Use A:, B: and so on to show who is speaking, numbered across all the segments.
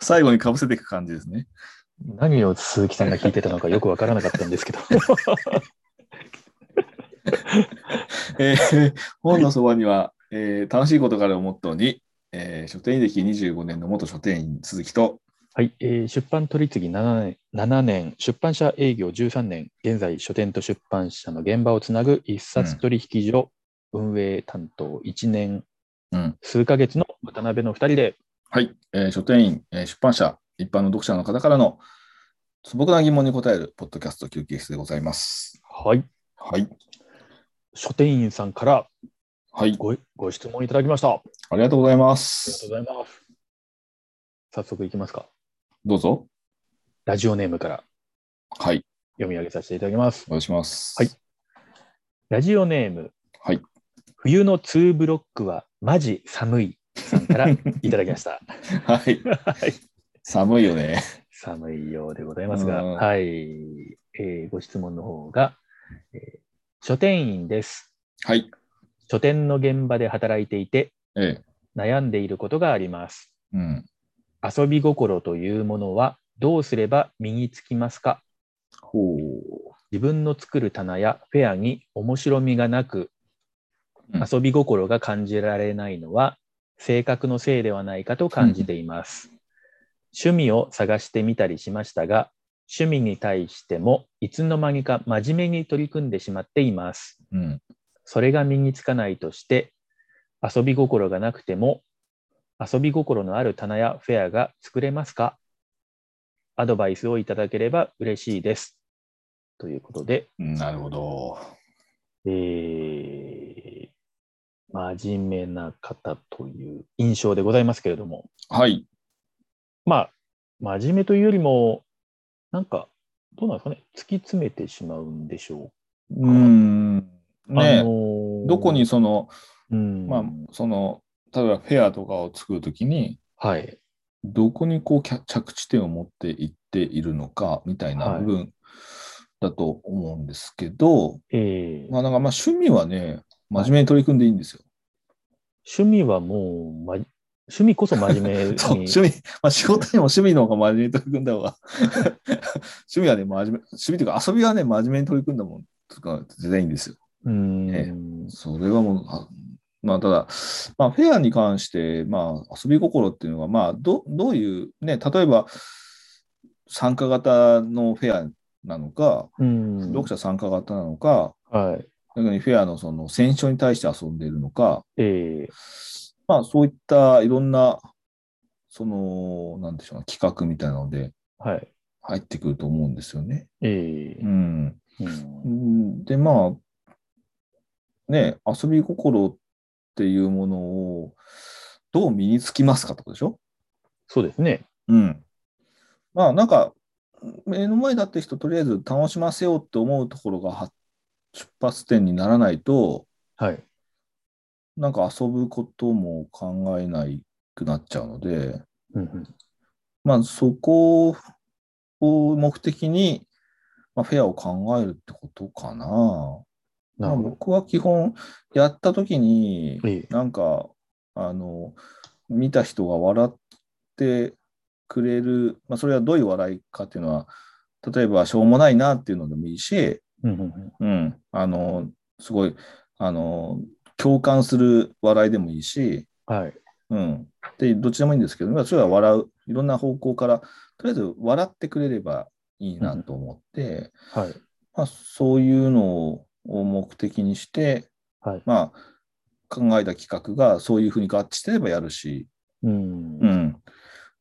A: 最後にかぶせていく感じですね。
B: 何を鈴木さんが聞いてたのかよくわからなかったんですけど。
A: えー本のそばには、えー楽しいことからをモットーに、えー書店員歴25年の元書店員鈴木と、
B: はい、えー出版取り次ぎ7年 ,7 年、出版社営業13年、現在書店と出版社の現場をつなぐ一冊取引所、運営担当1年
A: うん
B: 数ヶ月の渡辺の2人で、
A: はいえー書店員、えー出版社、一般の読者の方からの素朴な疑問に答えるポッドキャスト休憩室でございます。
B: はい、
A: はい、
B: 書店員さんから
A: はい、
B: ごご質問いただきました。あ
A: ありがとうございま
B: りがとう
A: す。
B: ございます。早速いきますか。
A: どうぞ。
B: ラジオネームから
A: はい、
B: 読み上げさせていただきます。
A: お願いします。
B: はいラジオネーム、
A: はい
B: 冬の2ブロックはマジ寒いさん からいただきました。
A: はい、
B: はい
A: 寒いよね。
B: 寒いようでございますが、
A: うん
B: はい、えーご質問の方が、えー書店員です。
A: はい、
B: 書店の現場で働いていて
A: え
B: 悩んでいることがあります。
A: えうん、
B: 遊び心というものはどうすれば身につきますか
A: ほう、
B: 自分の作る棚やフェアに面白みがなく、
A: うん
B: 遊び心が感じられないのは性格のせいではないかと感じています。趣味を探してみたりしましたが、趣味に対してもいつの間にか真面目に取り組んでしまっています。
A: うん、
B: それが身につかないとして、遊び心がなくても、遊び心のある棚やフェアが作れますかアドバイスをいただければ嬉しいです。ということで、
A: なるほど。
B: えー真面目な方という印象でございますけれども、
A: はい、
B: まあ、真面目というよりも、なんか、どうなんですかね、突き詰めてしまうんでしょ
A: うーん、ね
B: うか。あのー
A: どこに、その、
B: うん
A: まあ、その、例えばフェアとかを作るときに、
B: はい、
A: どこにこうきゃ着地点を持っていっているのかみたいな
B: はい
A: 部分だと思うんですけど、
B: えー
A: まあなんかまあ趣味はね、真面目に取り組んでいいんですよ。
B: 趣味はもう、ま、趣味こそ真面目 に。
A: そう趣味、まあ、仕事にも趣味の方が真面目に取り組んだ方が、 趣味はね、真面目、趣味というか遊びはね、真面目に取り組んだもんとか全然いいんですよ。
B: うん、
A: えそれはもう、あまあただ、まあ、フェアに関して、まあ、遊び心っていうのは、まあど、どういう、ね、例えば参加型のフェアなのか、
B: うん
A: 読者参加型なのか、
B: はい。
A: 逆にフェアのその選書に対して遊んでいるのか、
B: えー
A: まあそういったいろんな、その、なんでしょうな、企画みたいなので
B: はい。
A: 入ってくると思うんですよね。
B: え
A: う
B: ー
A: ん。
B: うん
A: うんで、まあ、ね、遊び心っていうものをどう身につきますかってことでしょ
B: そうですね。
A: うん。まあなんか、目の前だって人とりあえず楽しませようって思うところがは出発点にならないと、
B: はい。
A: なんか遊ぶことも考えないくなっちゃうので、
B: うんうん
A: まあ、そこを目的に、まあ、フェアを考えるってことかな。
B: な
A: ま
B: る
A: あ
B: ほど。
A: 僕は基本、やったときに、
B: えー
A: なんか、あの、見た人が笑ってくれる、まあ、それはどういう笑いかっていうのは、例えば、しょうもないなっていうのでもいいし、
B: うんうんうん
A: うん、あの、すごい、あの、共感する笑いでもいいし、
B: はい。
A: うん、でどっちでもいいんですけど、まあそれは笑う、いろんな方向から、とりあえず笑ってくれればいいなと思って、
B: はい。
A: まあ、そういうのを目的にして、
B: はい
A: まあ、考えた企画がそういうふうに合致してればやるし、
B: うん
A: う。ん、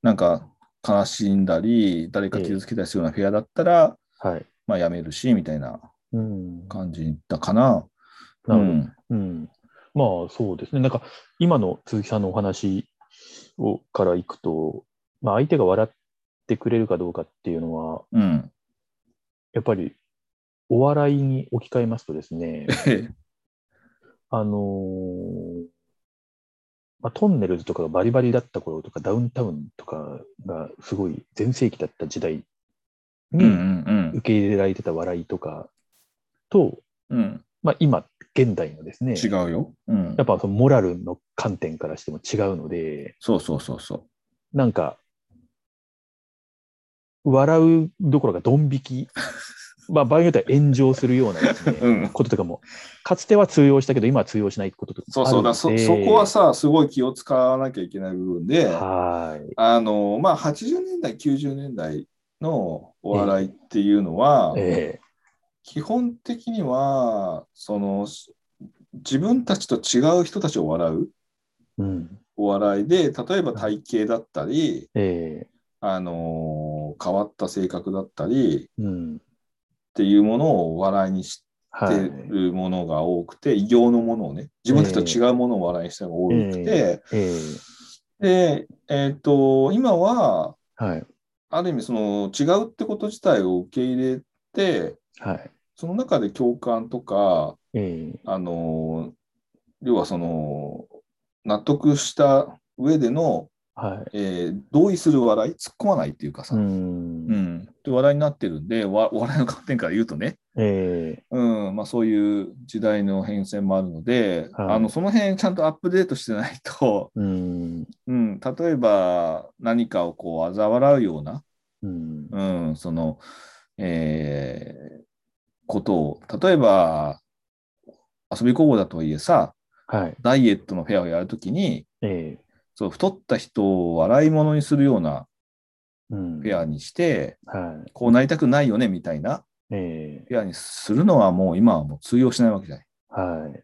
A: なんか悲しんだり、誰か傷つけたりするようなフェアだったら、
B: はい。
A: まあ、やめるしみたいな
B: うん。
A: 感じだかな。
B: なるほど
A: うん
B: うん、まあそうですね、なんか今の鈴木さんのお話をからいくと、まあ、相手が笑ってくれるかどうかっていうのは、
A: うん、
B: やっぱりお笑いに置き換えますとですね、あのーまあ、トンネルズとかがバリバリだった頃とか、ダウンタウンとかがすごい全盛期だった時代
A: うんう
B: に
A: ん
B: 受け入れられてた笑いとかと、
A: うんうん、
B: まあ、今、現代のですね、
A: 違うよ。うん
B: やっ、ぱそのモラルの観点からしても違うので、
A: そうそうそうそう。
B: なんか、笑うどころかドン 引き、まあ、場合によっては炎上するようなですね、
A: うん
B: こととかも、かつては通用したけど、今は通用しないこととか
A: そう
B: もあ
A: そ
B: る
A: う
B: の
A: だ
B: で、
A: そ、そこはさ、すごい気を使わなきゃいけない部分で、
B: はい。
A: あの、まあ、80年代、90年代のお笑いっていうのは、
B: え
A: 基本的には、その、自分たちと違う人たちを笑う
B: えうん。
A: お笑いで、例えば体型だったり、
B: え
A: あの、変わった性格だったり
B: えうん。
A: っていうものをお笑いにし
B: は
A: て
B: い。
A: るものが多くて、異形のものをね、自分たちと違うものをお笑いにしたのが多くて、
B: ええ
A: で、えっ、と、今は、
B: はい。
A: ある意味、その違うってこと自体を受け入れて、
B: はい。
A: その中で共感とか、
B: ええ
A: あの、要はその、納得した上での、
B: はい。
A: えー同意する笑い、突っ込まないっていうかさ、
B: う
A: うん
B: ん。
A: って話題になってるんで、わお笑いの観点から言うとね、
B: ええ
A: うんまあ、そういう時代の変遷もあるので、
B: はい
A: あのその辺ちゃんとアップデートしてないと、
B: うん。
A: うん、例えば何かをこう嘲笑うような
B: うん。
A: うん、その、えーことを、例えば、遊び高校だとはいえさ、
B: はい。
A: ダイエットのフェアをやるときに、
B: ええ
A: そう太った人を笑い物にするような
B: うん。
A: フェアにして、
B: はい。
A: こうなりたくないよねみたいな
B: ええ
A: フェアにするのはもう今はもう通用しないわけじゃない。
B: はい。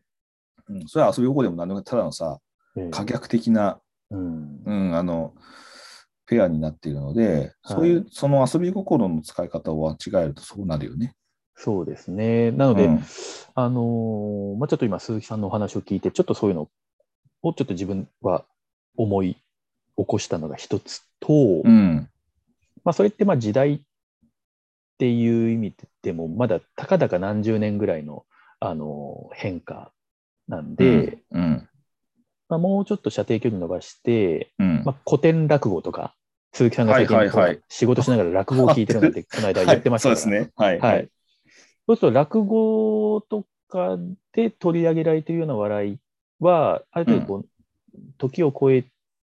A: うん、それは遊び高校でも何でもただのさ、
B: ええ
A: 可逆的な、
B: うん。
A: うん、あの、フェアになっているので、そういう、その遊び心の使い方を間違えるとそうなるよね。
B: そうですね。なので、
A: うん
B: あのーまあ、ちょっと今、鈴木さんのお話を聞いて、ちょっとそういうのをちょっと自分は思い起こしたのが一つと、
A: うん。
B: まあ、それってまあ時代っていう意味でも、まだたかだか何十年ぐらいの、あのー変化なんで、
A: うん、
B: まあ、もうちょっと射程距離伸ばして、
A: うん。
B: まあ、古典落語とか、鈴木さんが最近、
A: はいはいはい
B: こう仕事しながら落語を聞いてるなんて、この間言ってました
A: は
B: か
A: い、
B: ら
A: そうですね。はい。
B: はい。そうすると落語とかで取り上げられているような笑いは、ある程度こう、時を超え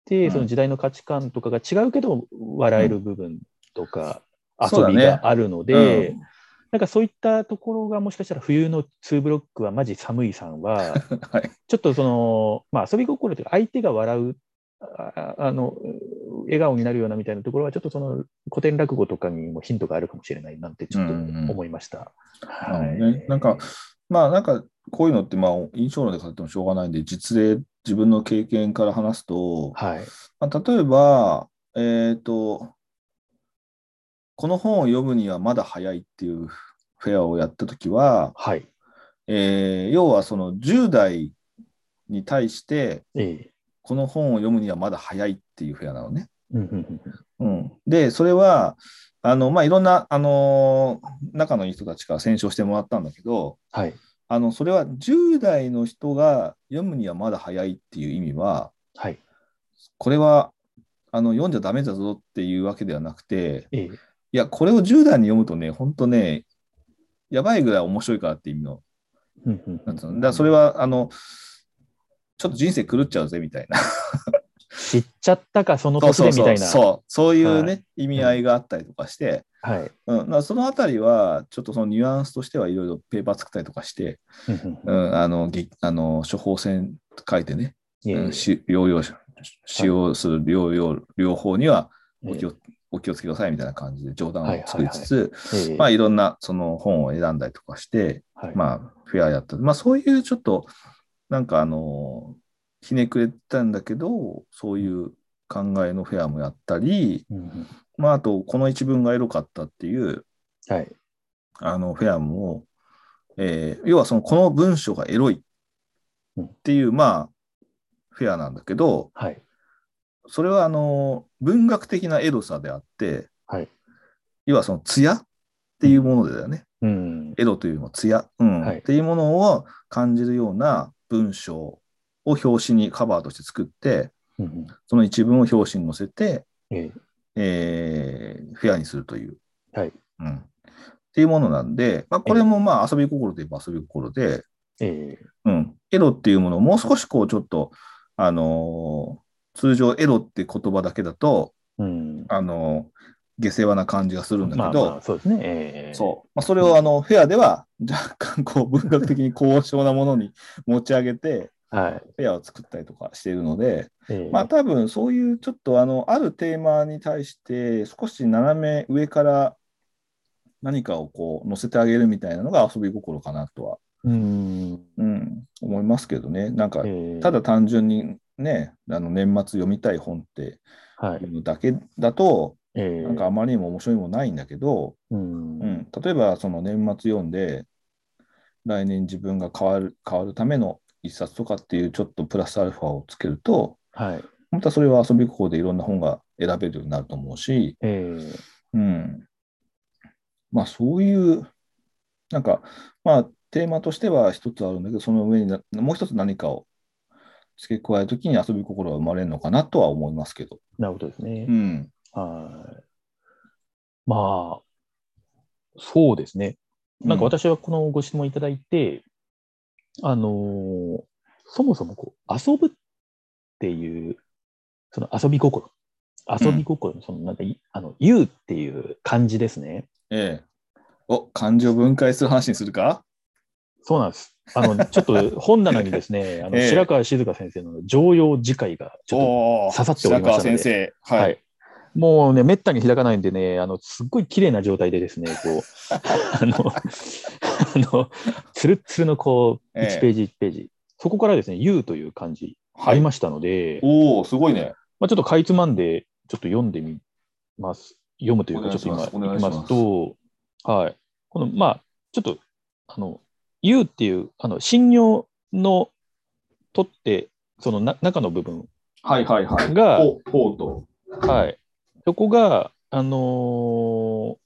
B: て、
A: うん
B: その時代の価値観とかが違うけど、笑える部分とか、
A: うんそう
B: 遊
A: だ
B: び
A: ね
B: があるので、
A: うん
B: なんかそういったところがもしかしたら冬の2ブロックはマジ寒いさ んは、
A: はい。
B: ちょっとその、まあ、遊び心というか、相手が笑う、ああの、笑顔になるようなみたいなところは、ちょっとその古典落語とかにもヒントがあるかもしれないなんて、ちょっと
A: うんうん
B: 思いました。
A: な
B: は
A: るほ
B: い
A: どねなんか、まあ、なんか、こういうのって、まあ、印象論で語ってもしょうがないんで、実例、自分の経験から話すと、
B: はい。
A: まあ、例えば、えっ、と、この本を読むにはまだ早いっていうフェアをやったときは、
B: はい。
A: えー要はその10代に対して、
B: ええ。
A: この本を読むにはまだ早いっていうフェアなのね。
B: うんうん
A: うん、で、それは、あのまあ、いろんな、あの仲のいい人たちから選奨してもらったんだけど、
B: はい。
A: あのそれは10代の人が読むにはまだ早いっていう意味は、
B: はい。
A: これはあの読んじゃダメだぞっていうわけではなくて、
B: ええ。
A: いや、これを10代に読むとね、本当ね、やばいぐらい面白いからって意味の、
B: うんうんう
A: なん
B: ん
A: つうのだからそれはあの、ちょっと人生狂っちゃうぜみたいな、
B: 知っちゃったか、その
A: そう
B: 年
A: そう
B: でみ
A: そ、
B: たいうな。
A: そうそういうね、
B: は
A: 意味合いがあったりとかして。
B: はい。
A: うん、だからそのあたりは、ちょっとそのニュアンスとしてはいろいろペーパー作ったりとかして、
B: うんうん
A: う
B: うん
A: ん、あのげあの処方箋書いてね、
B: ええ
A: うんし療養し使用する療養療法には
B: ええ
A: お気を、お気をつけくださいみたいな感じで冗談を作りつつ、
B: ええ
A: まあ、いろんなその本を選んだりとかして、
B: はい
A: まあ、フェアやった。まあ、そういうちょっと、なんかあの、ひねくれてたんだけど、そういう考えのフェアもやったり、
B: うんうん
A: まあ、あと、この一文がエロかったっていう、
B: はい。
A: あのフェアも、えー要はそのこの文章がエロいっていう、まあ、フェアなんだけど、
B: はい。
A: それはあの文学的なエロさであって、
B: はい
A: 要はその艶っていうものだよね。
B: うん。
A: エロというよりも艶、うん
B: はい
A: っていうものを感じるような文章を表紙にカバーとして作って、
B: うんうん
A: その一文を表紙に載せて、
B: ええ。
A: えーフェアにするという。
B: はい
A: うん、っていうものなんで、まあ、これもまあ遊び心といえば遊び心で、
B: え
A: うん、エロっていうものをもう少しこうちょっと、あのー通常エロって言葉だけだと、
B: え。うん。
A: あの下世話な感じがするんだ
B: まあ
A: けど、
B: まあ、そうですね。ええ
A: そう。まあ、それをあの、フェアでは若干こう文学的に高尚なものに持ち上げて、
B: はい。
A: フェアを作ったりとかしているので、
B: ええ
A: まあ多分そういうちょっとあの、あるテーマに対して少し斜め上から何かをこう乗せてあげるみたいなのが遊び心かなとは、
B: うん。
A: うん、思いますけどね。なんか、
B: ええ
A: ただ、単純にね、あの年末読みたい本って
B: はいい。
A: うのだけだと、
B: ええ
A: なんかあまりにも面白いもないんだけど、
B: うん
A: う。ん、例えばその年末読んで来年自分が変わる変わるための一冊とかっていうちょっとプラスアルファをつけると
B: はい。
A: またそれは遊び心でいろんな本が選べるようになると思うし、
B: ええ
A: うん、まあそういうなんかまあテーマとしては一つあるんだけどその上になもう一つ何かを付け加えるときに遊び心が生まれるのかなとは思いますけど。
B: なるほどですね。
A: うん、
B: はい。まあ、そうですね。なんか私はこのご質問いただいて、あのーそもそもこう遊ぶっていう、その遊び心、遊び心のそのなんかい、あの、言うっていう感じですね。
A: ええ。お漢字を分解する話にするか
B: そうなんです。あの、ちょっと本棚にですね、 あの
A: ええ
B: 白川静香先生の常用次回がちょっ
A: おお
B: 刺さっておりました
A: 白川
B: ので
A: 先生。
B: と、
A: はい
B: もうね、めったに開かないんでね、あの、すっごい綺麗な状態でですね、こう、 あの、あの、つるっつるのこう、
A: ええ
B: 1ページ1ページ、そこからですね、言うという漢字ありましたので、
A: おお、すごいね。
B: まあ、ちょっとかいつまんで、ちょっと読んでみます。読むという
A: お
B: か、ち
A: 願
B: ょ
A: い
B: っと
A: します
B: 今、いき
A: お願
B: ま
A: いします
B: すと、はい。この、まあ、ちょっと、あの、言うっていう、あの、信用の取って、そのな中の部分
A: はいはいは。
B: が、
A: お、ポート。
B: はい。そこが、あのー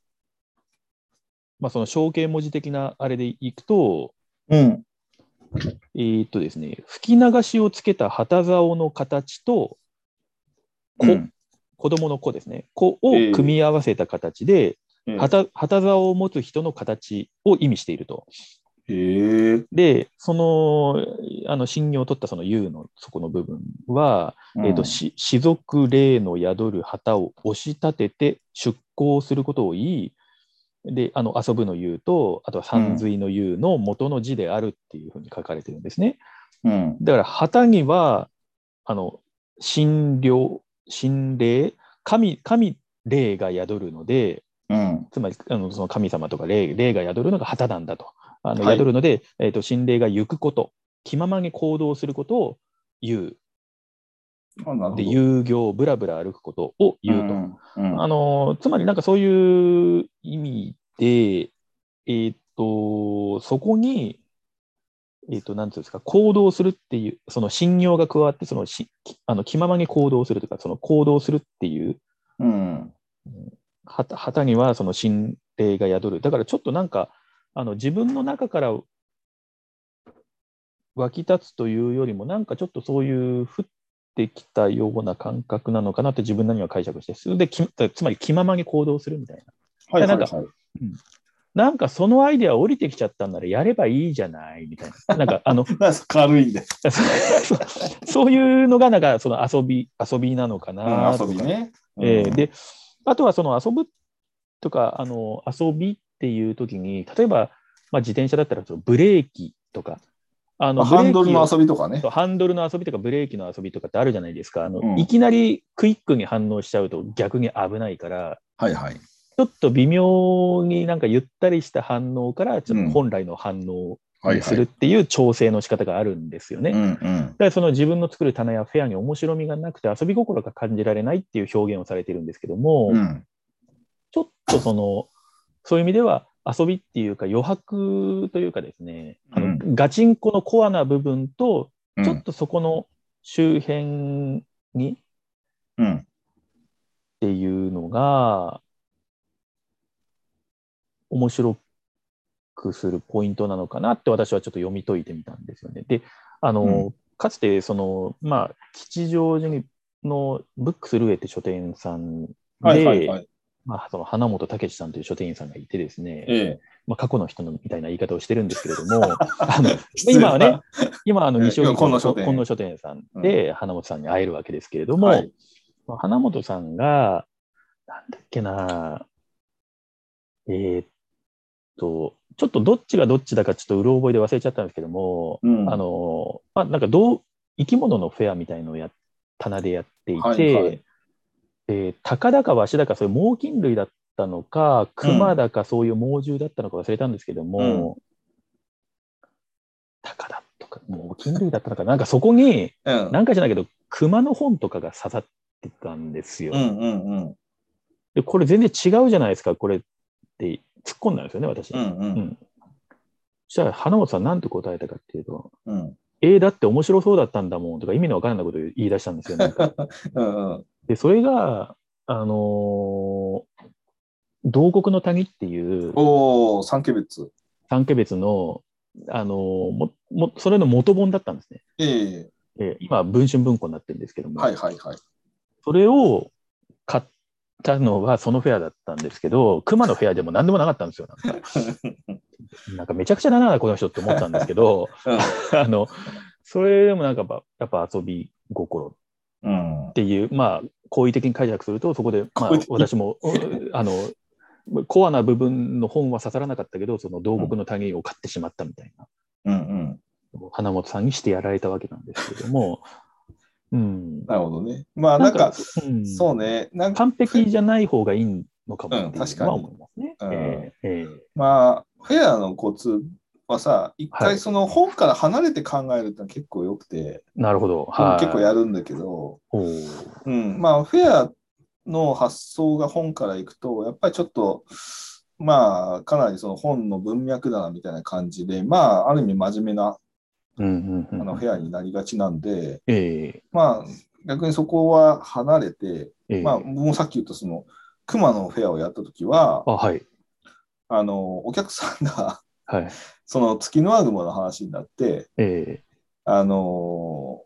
B: まあ、その象形文字的なあれでいくと、
A: うん。
B: えーっとですね、吹き流しをつけた旗竿の形と、こ
A: うん
B: 子供の子ですね、子を組み合わせた形で、
A: ええ
B: 旗旗竿を持つ人の形を意味していると。
A: へえ。
B: で、その、あの、信用を取ったその U のそこの部分は、えー、とし士族霊の宿る旗を押し立てて出航することを言いであの遊ぶの言うとあとは山水の言うの元の字であるっていうふうに書かれてるんですね。
A: うん。
B: だから旗にはあの神霊神霊神神霊が宿るので
A: うん。
B: つまりあのその神様とか霊霊が宿るのが旗なんだとあの
A: はい
B: 宿るので、えー、と神霊が行くこと気ままに行動することを言う
A: あなるほど
B: で遊行ぶらぶら歩くことを言うと、
A: うん。うん
B: あのつまりなんかそういう意味で、えーっとそこに、えーっとなんていうんですか行動するっていうその信用が加わってそのしきあの気ままに行動するとかその行動するっていう
A: うん。
B: 旗旗にはその心霊が宿るだからちょっとなんかあの自分の中から湧き立つというよりもなんかちょっとそういう降ってきたような感覚なのかなって自分なりには解釈してそれできつまり気ままに行動するみたい
A: はいはい
B: な
A: は
B: ん
A: い
B: か。ななんかそのアイデア降りてきちゃったんならやればいいじゃないみたいななんかあの
A: なんか軽いんで。
B: そうそういうのがなんかその遊び遊びなのかなとか、
A: 遊びね。
B: え
A: う
B: ー
A: ん、
B: で、あとはその遊ぶとか、あの遊びっていう時に、例えば、まあ、自転車だったらそのブレーキとか、あ
A: まあ
B: の
A: ハンドルの
B: ブレーキ
A: 遊びとかね
B: を。そうハンドルの遊びとかブレーキの遊びとかってあるじゃないですかあの、
A: うん
B: いきなりクイックに反応しちゃうと逆に危ないから、
A: はいはい。
B: ちょっと微妙になんかゆったりした反応から、ちょっと本来の反応
A: はい
B: にするっていう調整の仕方があるんですよね。
A: うんうん。
B: だからその自分の作る棚やフェアに面白みがなくて遊び心が感じられないっていう表現をされてるんですけども、
A: うん。
B: ちょっとその、そういう意味では遊びっていうか余白というかですね、あの
A: う
B: ガチンコのコアな部分と、
A: うん
B: ちょっとそこの周辺にっ
A: うん。
B: ていうのが、面白くするポイントなのかなって私はちょっと読み解いてみたんですよね。で、あの、
A: う
B: かつてその、まあ、吉祥寺のブックスルエって書店さんで、
A: はいはいはい。
B: まあ、その花本武さんという書店員さんがいてですね、
A: ええ。
B: まあ、過去の人のみたいな言い方をしてるんですけれども、 あの
A: 失礼
B: 今は
A: な
B: ね、今あの
A: ええ
B: 西荻
A: 今野
B: 窪の
A: 書店
B: 近野書店さんで花本さんに会えるわけですけれども、
A: はい
B: まあ花本さんが、なんだっけなえーっと、ちょっとどっちがどっちだかちょっとうろ覚えで忘れちゃったんですけども、
A: うん
B: あの、まあ、なんかどう、生き物のフェアみたいのをや、棚でやっていて、
A: はいはい
B: で鷹だかワシだかそういう猛禽類だったのか、熊だかそういう猛獣だったのか忘れたんですけども、鷹だとか猛禽類だったのか、なんかそこに、
A: うん
B: なんかじゃないけど、熊の本とかが刺さってたんですよ。
A: うんうんうん
B: で、これ全然違うじゃないですか、これって突っ込んだんですよね、私。
A: うんう
B: うんんそしたら、花本さんなんて答えたかっていうと、
A: うん
B: えー、だって面白そうだったんだもんとか意味のわからないことを言い出したんですよ。な んか
A: うんうん
B: で、それが、あのー洞国の谷っていう
A: おお、三ケ別。
B: 三家別の、あのーも、も、それの元本だったんですね。
A: ええ
B: えー今、文春文庫になってるんですけども、
A: はいはいはい。
B: それを買ったのはそのフェアだったんですけど、熊のフェアでも何でもなかったんですよ。な んかなんかめちゃくちゃだな、この人って思ったんですけど、 あの、それでもなんかばやっぱ遊び心
A: うん
B: っ。ていう、まあ、好意的に解釈すると、そこで、まあ
A: 好意、的
B: 私も、うんあの、コアな部分の本は刺さらなかったけど、その洞国の谷を買ってしまったみたいな、
A: うんうん。
B: 花本さんにしてやられたわけなんですけども、 うん。
A: なるほどね。まあなんか、
B: うん
A: そうね。なんか、
B: 完璧じゃない方がいいのかも
A: うん
B: っていう
A: 確か
B: の
A: に
B: は思いますね。
A: うん
B: ええええ
A: まあ、フェアのコツはさ、一
B: は
A: 回
B: い
A: その本から離れて考えるってのは結構よくて、
B: なるほど。
A: 僕
B: はい。
A: 結構やるんだけど、
B: おー
A: うん、まあ、フェアの発想が本からいくと、やっぱりちょっと、まあ、かなりその本の文脈だなみたいな感じで、まあ、ある意味真面目な
B: うんう
A: あ
B: んう
A: の
B: ん。
A: フェアになりがちなんで、
B: ええ
A: まあ、逆にそこは離れて、
B: ええ
A: まあ、僕もさっき言ったその、熊のフェアをやった時は
B: あ、、はい。
A: あの、お客さんが、
B: はい。
A: その月のアグマの話になって、
B: え
A: あの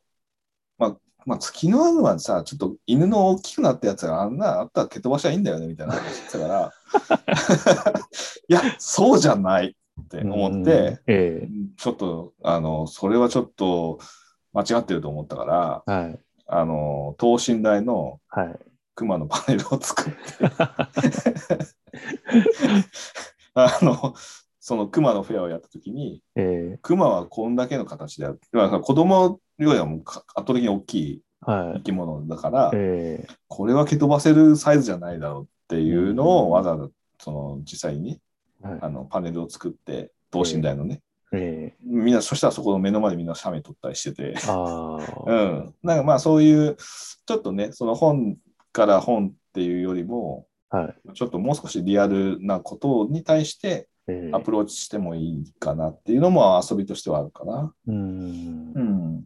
A: まあ、まあ、月のアグマさ、ちょっと犬の大きくなったやつがあんなあったら蹴飛ばしゃいいんだよねみたいな話してたから、 いや、そうじゃないって
B: え
A: 思って、、
B: うんえ
A: ちょっと、あの、それはちょっと間違ってると思ったから、
B: えはい。
A: あの、等身大の
B: はい。
A: 熊のパネルを作って あのその熊のフェアをやった時に
B: ええ
A: 熊はこんだけの形であるだから子供よりはもうか圧倒的に大きい
B: は
A: 生
B: い。
A: き物だから
B: え
A: これは蹴飛ばせるサイズじゃないだろうっていうの
B: うん
A: をわざわざその実際に
B: えはい
A: あのパネルを作って等身大のね
B: ええ
A: みんなそしたらそこの目の前でみんな写メ撮ったりしてて
B: あ
A: う
B: あ。
A: んなんかまあそういうちょっとねその本から本っていうよりも
B: はい。
A: ちょっともう少しリアルなことに対して
B: ええ
A: アプローチしてもいいかなっていうのも遊びとしてはあるかな。
B: うん
A: う。ん。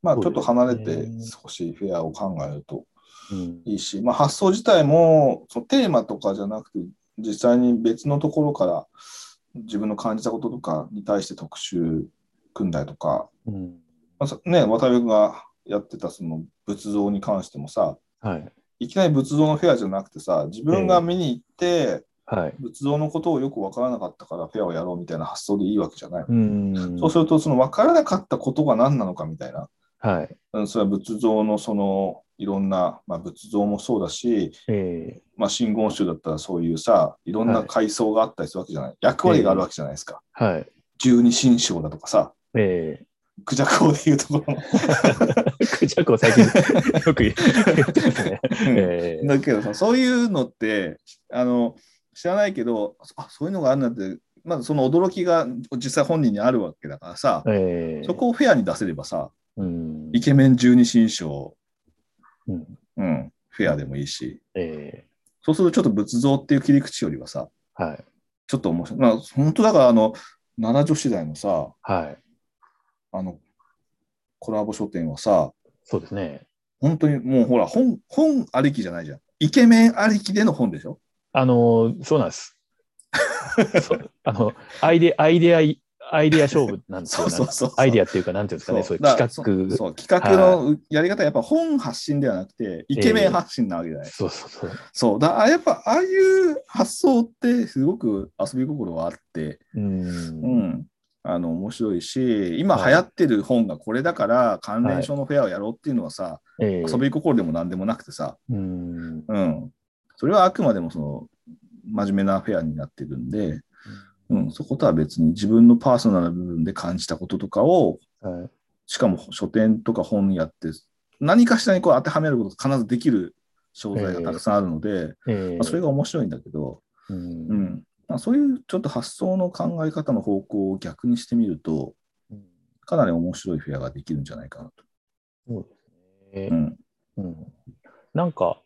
A: まあちょっと離れ
B: そうで
A: て
B: すね
A: 少しフェアを考えると
B: うん
A: いいし、まあ発想自体もそのテーマとかじゃなくて実際に別のところから自分の感じたこととかに対して特集組んだりとか、
B: うん。
A: まあそね、渡辺君がやってたその仏像に関してもさ、
B: はい。
A: いきなり仏像のフェアじゃなくてさ、自分が見に行って、
B: はい。
A: 仏像のことをよく分からなかったからフェアをやろうみたいな発想でいいわけじゃない。
B: うん。
A: そうすると、その分からなかったことが何なのかみたいな、
B: はい。
A: うんそれは仏像のそのいろんな、まあ、仏像もそうだし、
B: え
A: まあ、真言宗だったらそういうさ、いろんな
B: はい
A: 階層があったりするわけじゃない。役割があるわけじゃないですか。
B: えはい。
A: 十二神将だとかさ、
B: え
A: クジャコでいうところの。
B: え クジャク を最近よく言ってますね。ええ
A: だけどさ、そういうのって、あの知らないけどあ、そういうのがあるなんて、まずその驚きが実際本人にあるわけだからさ、
B: ええ
A: そこをフェアに出せればさ、
B: うん
A: イケメン十二神将、
B: うん
A: うん、フェアでもいいし、
B: え
A: そうするとちょっと仏像っていう切り口よりはさ、
B: えはい。
A: ちょっと面白い。まあ、本当だから、あの、奈良女子大のさ、
B: はい。
A: あの、コラボ書店はさ、
B: そうですね。
A: 本当にもうほら、本、本ありきじゃないじゃん。イケメンありきでの本でしょ
B: あの、そうなんです。そうあの、アイデア、アイデア、アイデア勝負なんです
A: そ
B: よ。
A: うそうそう。
B: アイデ
A: ア
B: アっていうか、なんていうんですかね、そういう
A: だから
B: 企
A: そ
B: 画。
A: そう、企画のやり方はやっぱ本発信ではなくて、イケメン発信なわけじゃない。
B: そうそうそう。
A: そう、だあやっぱ、ああいう発想ってすごく遊び心はあって、う
B: う。
A: んん、あの面白いし今
B: はい
A: 流行ってる本がこれだから関連書のフェアをやろうっていうのはさ、
B: ええ
A: 遊び心でも何でもなくてさ、
B: うん。
A: うん、それはあくまでもその真面目なフェアになってるんで、うん、そことは別に自分のパーソナルな部分で感じたこととかを、
B: はい。
A: しかも書店とか本屋って、何かしらにこう当てはめることが必ずできる商材がたくさんあるので、
B: え
A: まあ、それが面白いんだけど、
B: う。
A: うんんまあ、そういうちょっと発想の考え方の方向を逆にしてみると、かなり面白いフェアができるんじゃないかなと。
B: そうです
A: う
B: ね。
A: ん、
B: うん。なんか、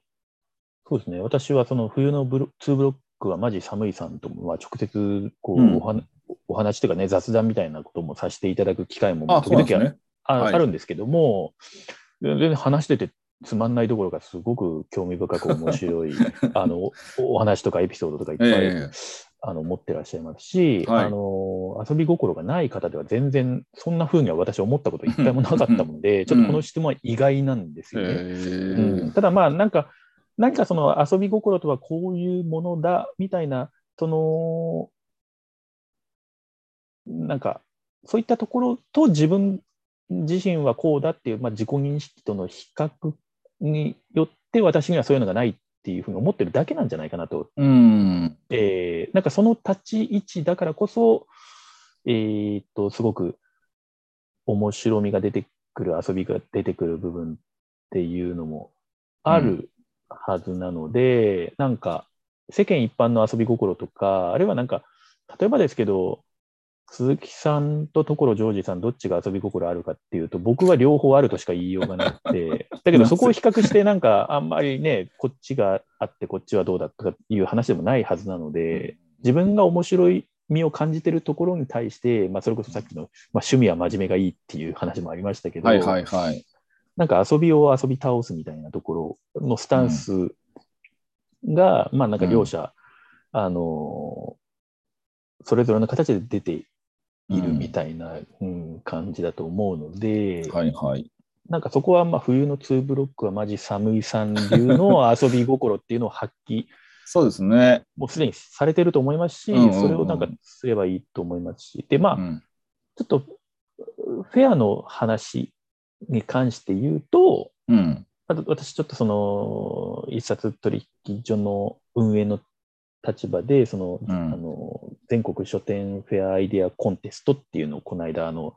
B: そうですね。私はその冬のブロ2ブロックはマジ寒いさんとも、まあ、直接こう、
A: うん
B: お話お話というかね、雑談みたいなこともさせていただく機会も、ま
A: あ、
B: あ
A: そ
B: 時
A: うなん
B: 々
A: ですね。
B: あ
A: はい
B: あるんですけども、全然話しててつまんないどころか、すごく興味深く面 白いあのおお話とかエピソードとかいっぱい、
A: ええ
B: あの持ってらっしゃいますし、
A: はい
B: あの、遊び心がない方では全然そんな風には私思ったこと一回もなかったもんで、ちょっとこの質問は意外なんですよね。うんただまあなんか何かその遊び心とはこういうものだみたいなそのなんかそういったところと自分自身はこうだっていう、まあ、自己認識との比較によって私にはそういうのがないっていうふうに思ってるだけなんじゃないかなと、
A: うん。
B: えーなんかその立ち位置だからこそ、えーっとすごく面白みが出てくる遊びが出てくる部分っていうのもあるはずなので、なんか世間一般の遊び心とかあるいはなんか例えばですけど鈴木さんと所ジョージさんどっちが遊び心あるかっていうと僕は両方あるとしか言いようがなくてだけどそこを比較してなんかあんまりねこっちがあってこっちはどうだとかいう話でもないはずなので自分が面白い身を感じてるところに対して、まあ、それこそさっきの、まあ、趣味は真面目がいいっていう話もありましたけど、
A: はいはいはい。
B: なんか遊びを遊び倒すみたいなところのスタンスが、まあなんか両者、あのーそれぞれの形で出ているみたいな、うん感じだと思うので、
A: はいはい。
B: なんかそこはまあ冬の2ブロックはマジ寒いさん流の遊び心っていうのを発揮、
A: そうですね。
B: もうすでにされてると思いますし、
A: うんうんうん
B: それをなんかすればいいと思いますし、でまあ、
A: うん
B: ちょっとフェアの話に関して言うと、
A: うん。
B: あと私ちょっとその一冊取引所の運営の立場でその、
A: うん
B: あの全国書店フェアアイデアコンテストっていうのをこの間あの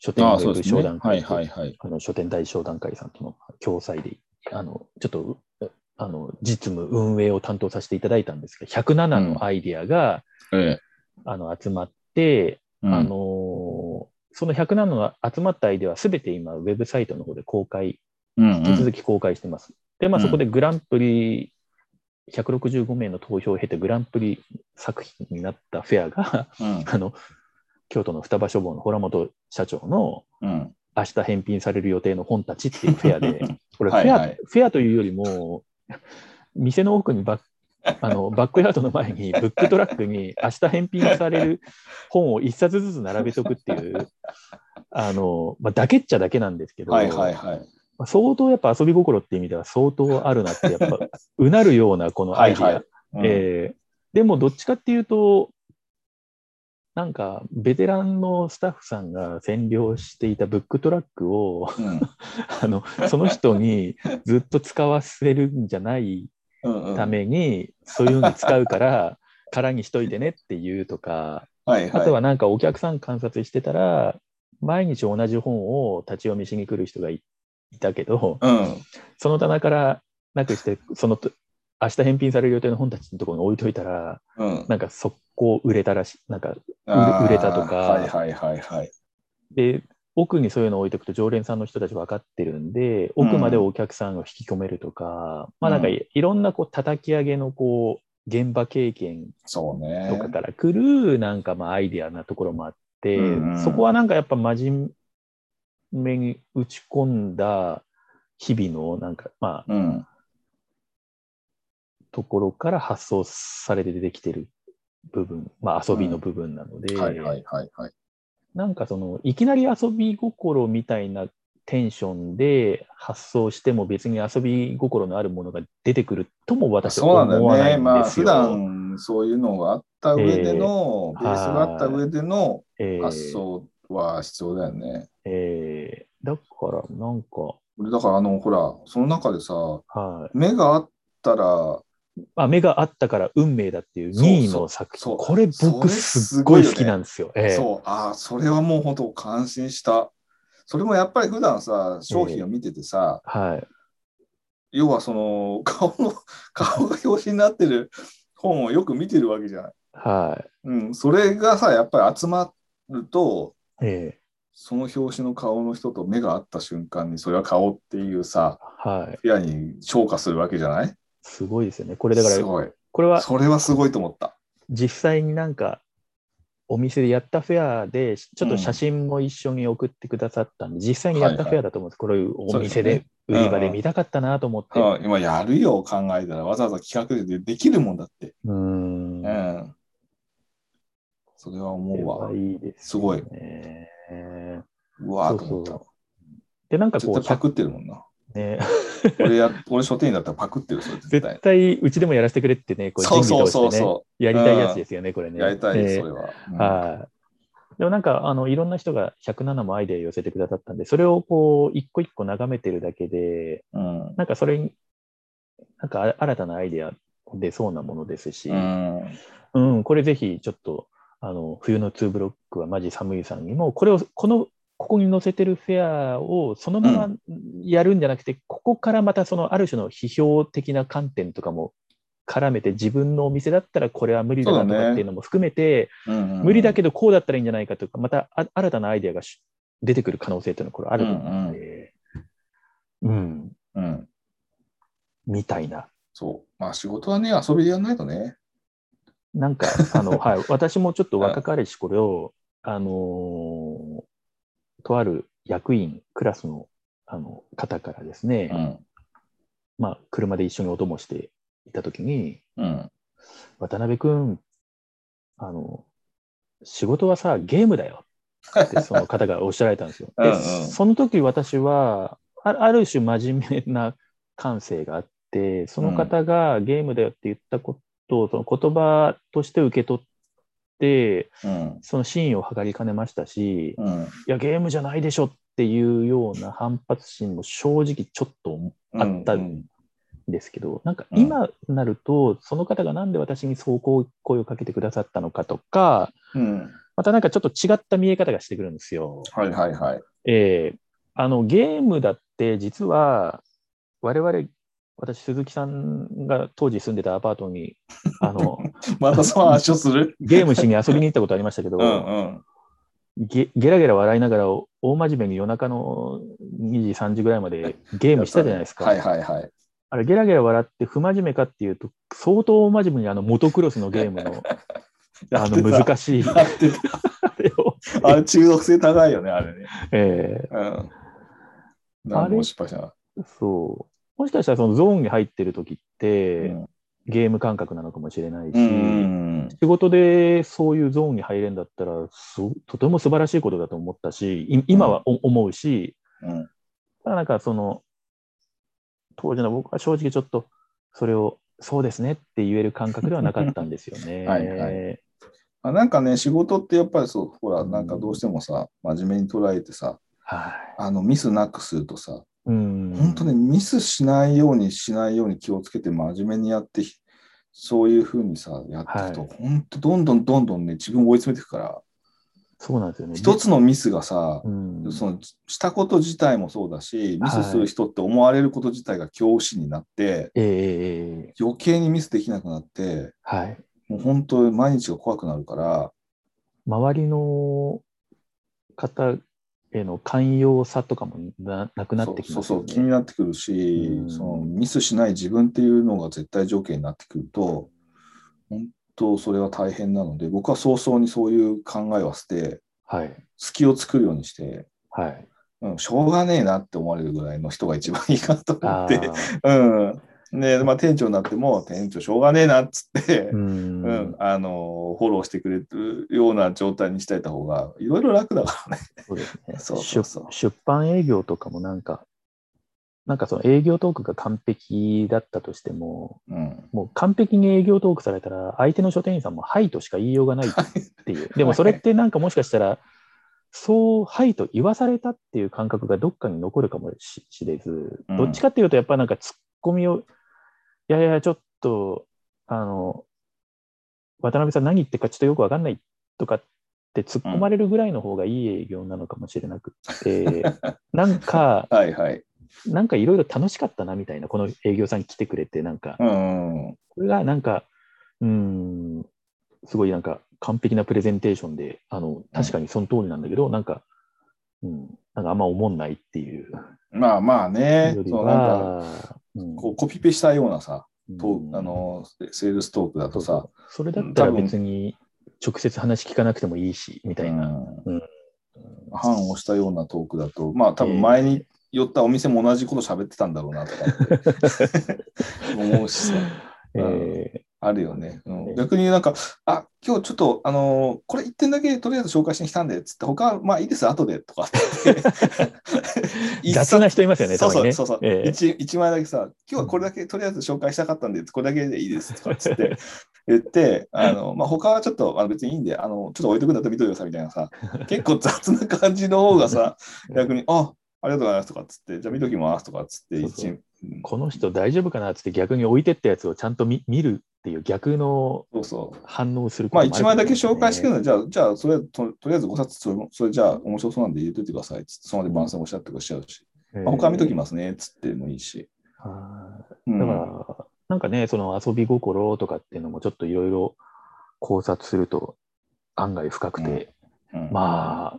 B: 書店
A: あ
B: ウ
A: あ、そ
B: ェ
A: うで
B: ブ
A: すね。
B: 商談
A: はい
B: 会と
A: はいはい。
B: あの書店大商談会さんとの共催であのちょっとうあの実務運営を担当させていただいたんですが107のアイデアが、
A: ええ
B: あの集まって、
A: うん
B: あのその107の集まったアイデアは全て今ウェブサイトの方で公開
A: うんう
B: 引き続
A: ん
B: き公開してます。で、ま
A: う
B: あ、
A: ん
B: そこでグランプリ、165名の投票を経てグランプリ作品になったフェアが、
A: うん
B: あの、京都の双葉書房の洞本社長の
A: うん
B: 明日返品される予定の本たちっていうフェ アで、これフェア、
A: はいはい
B: フェアというよりも、店の奥にバッあのバックヤードの前にブックトラックに明日返品される本を一冊ずつ並べとくっていう、あの、まあ、だけっちゃだけなんですけど、
A: はいはいはい。
B: まあ相当やっぱ遊び心って意味では相当あるなって、やっ ぱうなるようなこのアイディア。
A: はいはいうん
B: えーでもどっちかっていうと、なんかベテランのスタッフさんが占領していたブックトラックを
A: うん
B: あのその人にずっと使わせるんじゃない
A: うんうん
B: ために、そういうのに使うから空にしといてねっていうとか、
A: はいはい。
B: あとはなんかお客さん観察してたら、毎日同じ本を立ち読みしに来る人がいいたけど、
A: うん
B: その棚からなくして、そのと明日返品される予定の本たちのところに置いといたら、
A: うん
B: なんか速攻売れたらしい、なんか
A: あー
B: 売れたとか
A: はいはいはいはい。
B: で、奥にそういうのを置いておくと、常連さんの人たち分かってるんで、奥までお客さんを引き込めるとか、まあなんかいいろんなこう叩き上げのこう現場経験
A: そうね
B: と。かから来るなんかまあアイデアなところもあって、
A: うんうん
B: そこはなんかやっぱ真面目に打ち込んだ日々のなんかまあ
A: うん。
B: ところから発想されて出てきてる部分、まあ遊びの部分なので、
A: はいはいはいはい。
B: なんかそのいきなり遊び心みたいなテンションで発想しても別に遊び心のあるものが出てくるとも私は
A: そうなんだ
B: 思わ
A: よ
B: ない
A: ね。
B: ん
A: まあ、
B: です
A: 普
B: よ。
A: 段そういうのがあった上での、
B: えー
A: ベースがあった上での
B: えー
A: 発想は必要だよね。
B: えーだからなんか、
A: 俺だから、あの、ほら、その中でさ、
B: はい。
A: 目があったら
B: まあ、目があったから運命だっていう2位の作
A: そうそ
B: 品。
A: うそう
B: これ僕すっごい好きなんですよ。ええ
A: そう、ああ、それはもう本当感心した。それもやっぱり普段さ、商品を見ててさ、
B: はい。
A: 要はその 顔の、顔が表紙になってる本をよく見てるわけじゃない。
B: は
A: うん、それがさ、やっぱり集まると、
B: い。ええ
A: その表紙の顔の人と目が合った瞬間に、それは顔っていうさ、
B: はい。
A: フェアに昇華するわけじゃない
B: すごいですよね。こ
A: こ
B: れだか
A: す
B: ら、
A: ごい。
B: これは
A: それはすごいと思った。
B: 実際になんかお店でやったフェアでちょっと写真も一緒に送ってくださったんで、実際にやったフェアだと思って、これをお
A: そう
B: 店で
A: ですね
B: 売り場で見たかったなと思って、
A: うん、今やるよ、考えたら。わざわざ企画でできるもんだって。
B: うーん
A: う、ん。それは思うわ
B: これ。はいいです
A: すごい。
B: ね。
A: うわーと
B: そ
A: 思っ
B: う
A: た。
B: そで、なんかこ
A: 絶
B: う、
A: 対パクってるもんな。
B: ね、
A: 俺や、俺書店員だったらパクってる、それ絶対
B: 絶。対うちでもやらせてくれってね、こう
A: そうそうそう
B: ね、
A: そ
B: やりたいやつですよね、これ
A: う。
B: ね。
A: やりたい
B: え
A: で
B: え
A: す、それは。うん
B: はい。でもなんか、あの、いろんな人が107もアイデア寄せてくださったんで、それをこう、一個一個眺めてるだけで、
A: うん。
B: なんかそれに、なんかあ新たなアイデア出そうなものですし、
A: うん
B: うん、これぜひちょっと、あの、冬の2ブロックはマジ寒いさんにも、これを、この、ここに載せてるフェアをそのままやるんじゃなくて、ここからまたそのある種の批評的な観点とかも絡めて、自分のお店だったらこれは無理だな
A: そ
B: と
A: うだ
B: か
A: ね
B: っていうのも含めて、
A: うん
B: 無理だけどこうだったらいいんじゃないかとか、またあ新たなアイデアがし出てくる可能性というのはこれあると思うので、うん、
A: うん。
B: みたいな。
A: そう。まあ仕事はね、遊びでやんないとね。
B: なんか、あ の、はい、私もちょっと若かりしこれを、あのーとある役員、クラスのあの方からですね、
A: うん。
B: まあ、車で一緒にお供していたときに、
A: うん。
B: 渡辺君、あの、仕事はさ、ゲームだよってその方がおっしゃられたんですよ。で
A: うんうん
B: その時私はあ、ある種真面目な感性があって、その方がゲームだよって言ったことを、その言葉として受け取って、
A: うん。
B: その真意を図りかねましたし、い
A: うん。
B: や、ゲームじゃないでしょっていうような反発心も正直ちょっと思あった
A: うん
B: ですけど、なんか今なると、その方がなんで私にそうこう声をかけてくださったのかとか、
A: うん。
B: またなんかちょっと違った見え方がしてくるんですよ。
A: はいはいはい。
B: ええあのゲームだって実は我々私鈴木さんが当時住んでたアパートにあ の
A: またその話をす る
B: ゲームしに遊びに行ったことありましたけど、
A: うんうん。
B: ゲゲラゲラ笑いながらお大真面目に夜中の2時3時ぐらいまでゲームしたじゃないですか。
A: はいはいはい。
B: あれゲラゲラ笑って不真面目かっていうと相当大真面目にあのモトクロスのゲームの
A: や
B: あ
A: っ
B: の
A: て た
B: 難しい
A: やってた
B: あれを、
A: あれ中毒性高いよね、あれね。
B: ええ
A: うん。何も失敗しなかっ。
B: そうもしかしたらそのゾーンに入ってる時ったて、
A: うん
B: ゲーム感覚なのかもしれないし、
A: うん。
B: 仕事でそういうゾーンに入れんだったらすとても素晴らしいことだと思ったしい今はお思うし
A: うん。
B: ただなんかその当時の僕は正直ちょっとそれをそうですねって言える感覚ではなかったんですよね。
A: はいはいあなんかね、仕事ってやっぱりそう、ほら、なんかどうしてもさ、真面目に捉えてさ、
B: はい
A: あのミスなくするとさ、
B: うん
A: 本当にミスしないようにしないように気をつけて真面目にやって、そういうふうにさ、やっていくと、
B: は
A: 本当どんどんどんどんね、自分を追い詰めていくから、
B: そうなんですよね。
A: 一、つのミスがさ、
B: うん、
A: そのしたこと自体もそうだし、ミスする人って思われること自体が恐怖心になって、
B: ええええええ
A: 余計にミスできなくなって、
B: はい。
A: もう本当毎日が怖くなるから、
B: 周りの方への寛容さとかもななくなってきます
A: そうそ
B: よ
A: うそう
B: ね。
A: 気になってくるし、
B: うん
A: そのミスしない自分っていうのが絶対条件になってくると本当それは大変なので僕は早々にそういう考えは捨て
B: はい。
A: 隙を作るようにして、
B: はい。
A: うん、しょうがねえなって思われるぐらいの人が一番いいかと思
B: あ
A: っ
B: ー
A: て、うんでまあ、店長になっても店長しょうがねえなっつって
B: う。
A: うん
B: ん
A: あのフォローしてくれるような状態にしていた方がいろいろ楽だからね。
B: そうですね
A: そうそうそう
B: 出出版営業とかもなんか、なんかその営業トークが完璧だったとしても、
A: うん、
B: もう完璧に営業トークされたら、相手の書店員さんもはいとしか言いようがないっていう。でもそれってなんかもしかしたら、そう、はいと言わされたっていう感覚がどっかに残るかもししれず
A: う、ん
B: どっちかっていうと、やっぱなんかツッコミを、いやいや、ちょっと、あの、渡辺さん何言ってるかちょっとよくわかんないとかって突っ込まれるぐらいの方がいい営業なのかもしれなくって、 なんか、
A: はいはい。
B: なんかいろいろ楽しかったなみたいな、この営業さん来てくれて、なんか、
A: うん。
B: これがなんか、うーん、すごいなんか完璧なプレゼンテーションで、あの、確かにその通りなんだけど、なんか、うん、なんかあんま思んないっていう
A: まあまあね
B: よ、り
A: そうなんか
B: は、うん
A: こうコピペしたようなさ、トー
B: うん
A: あのセールストークだと
B: そう
A: さ
B: そ、うそれだったら
A: 多分
B: 別に直接話聞かなくてもいいし、みたいな。
A: うん
B: うん
A: 判をしたようなトークだと、まあ多分前に寄ったお店も同じこと喋ってたんだろうなとか って思うしさ、
B: え
A: うん
B: え
A: あるよね。うん
B: ええ
A: 逆になんか、あ今日ちょっと、あのーこれ1点だけとりあえず紹介しに来たんで、つって、他はまあいいです、後でとかって一冊
B: 雑な人いますよね、
A: そうそ
B: たま
A: う
B: にね
A: そうそう、
B: ええ
A: 一一枚だけさ、今日はこれだけとりあえず紹介したかったんで、これだけでいいですとかっつって 言って、あのまあ、他はちょっとあの別にいいんで、あのちょっと置いとくんだったら見といてくださいみたいな さ、結構雑な感じの方がさ、逆に、あありがとうございますとかっつって、じゃあ見ときますとかっつって、
B: そうそ
A: 一
B: う
A: うん
B: この人大丈夫かなっつって逆に置いてったやつをちゃんと見見るっていう逆の
A: そうそう。
B: 反応をする
A: まあ、
B: ことも
A: 一枚だ
B: ると
A: け紹
B: 思うんで
A: 介
B: す
A: し
B: よ
A: てる
B: ね
A: ので、じゃあ、じゃあそれと、とりあえず5冊それ、それじゃあ、面白そうなんで入れといてくださいっつって、そのまで番宣おっしゃってくっしゃるし、まあ、他は見ときますねっつってもいいし。
B: は
A: うん
B: いだから、なんかね、その遊び心とかっていうのもちょっといろいろ考察すると案外深くて、
A: うん
B: ま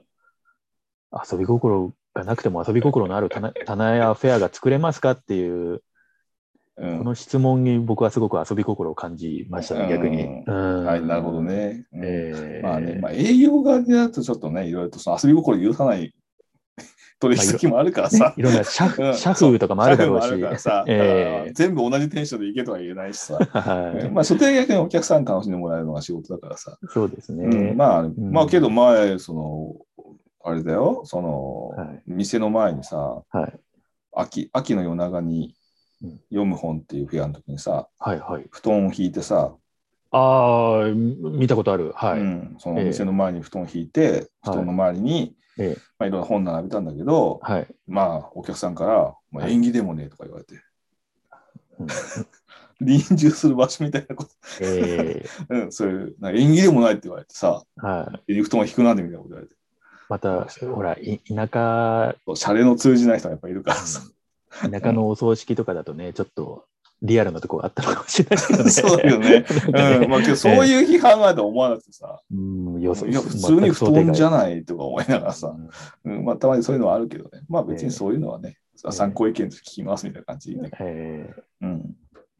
B: あ、遊び心がなくても遊び心のある棚棚やフェアが作れますかっていう、
A: う
B: こ
A: ん
B: の質問に僕はすごく遊び心を感じましたね、逆に。
A: う
B: うん
A: はい、なるほど。ね。うん
B: ええ
A: まあね、まあ、営業側になるとちょっとね、いろいろとその遊び心許さない 取引先もあるから
B: ね
A: さ、
B: いろんな社
A: うん
B: 夫社風とかもあるだろうし
A: 社風もあるからさ、
B: ええ
A: だから全部同じテンションでいけとは言えないし さ、
B: はい
A: まあ、所定逆にお客さんに楽しんでもらえるのが仕事だからさ、
B: そうですね。
A: うんまあ、
B: ん
A: まあ、けど前、その、あれだよ、その、
B: はい
A: 店の前にさ、
B: はい
A: 秋秋の夜長に
B: うん
A: 読む本っていうフェアの時にさ、
B: はいはい。
A: 布団を引いてさ、
B: ああ、見たことある。はい。
A: うん、そのお店の前に布団を引いて、
B: はい
A: 布団の周りに、
B: ええ
A: まあ、いろんな本並べたんだけど、
B: はい。
A: まあお客さんから「まあ、
B: はい
A: 縁起でもねえ」とか言われて、
B: うん
A: 臨終する場所みたいなこと、
B: ええ
A: うん、そういうなんか縁起でもないって言われてさ
B: はい。
A: 布団を引くなんでみたいなこと言われて
B: また、ほら、い田舎、
A: そうシャレの通じない人がやっぱいるからさ、
B: 田舎のお葬式とかだとね、ちょっとリアルなとこあったのかもしれないけどね。
A: そうだよね、
B: なん
A: う
B: か
A: んまあ、けどそういう批判があるとは思わなくてさ、
B: うん、よそ
A: いや普通に布団じゃ
B: な
A: ないとか思いながらさ、うんまあ、たまにそういうのはあるけどねまあ別にそういうのはね、
B: え
A: 参考意見として聞きますみたいな感じで、
B: ええ
A: うん、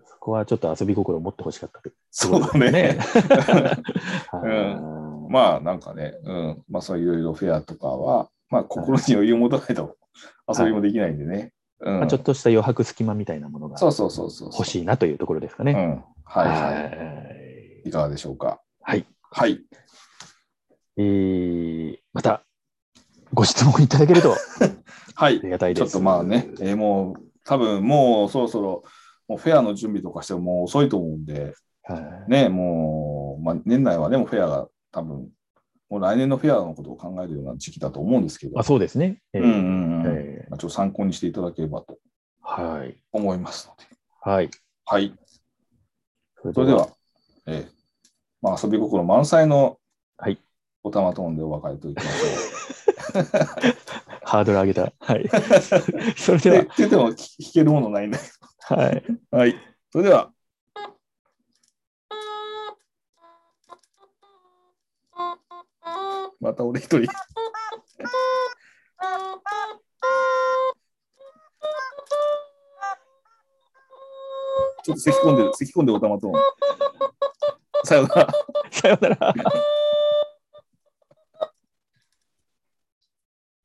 B: そこはちょっと遊び心を持ってほしかったけど
A: そうだね。
B: ね
A: ん まあなんかね、うん、まあそういういろいろフェアとかは、まあ心に余裕を持たないと遊びもできないんでね。うん
B: まあちょっとした余白隙間みたいなものが
A: そうそうそうそう。
B: 欲しいなというところですかね。
A: うん。はいは
B: はい
A: い。いかがでしょうか。
B: はい。
A: はい。
B: えーまた、ご質問いただけるとあ
A: はい。
B: りがたいで
A: ちょ
B: す。
A: っとまあね、えーもう多分もうそろそろもうフェアの準備とかしてももう遅いと思うんで、
B: はい。
A: ね、もう、まあ、年内はね、もうフェアが多分、もう来年のフェアのことを考えるような時期だと思うんですけど、
B: あ、そうですね。え
A: う
B: ー
A: んうんうん。
B: え
A: まあちょっと参考にしていただければと
B: ーはい。
A: 思いますので。
B: はい。
A: はい。
B: それ
A: それでは、ええまあ、遊び心満載の
B: はい
A: おたまトーンでお別れといきましょ
B: ハードル上げた。 はい。
A: う。
B: それ
A: で
B: では
A: って、言っても聞聞けるものないんだけ
B: はい。
A: ど。はい。それでは、また俺一人。ちょっと咳き込んでる、咳き込んでるおたまトーン。さようなら。
B: さようなら。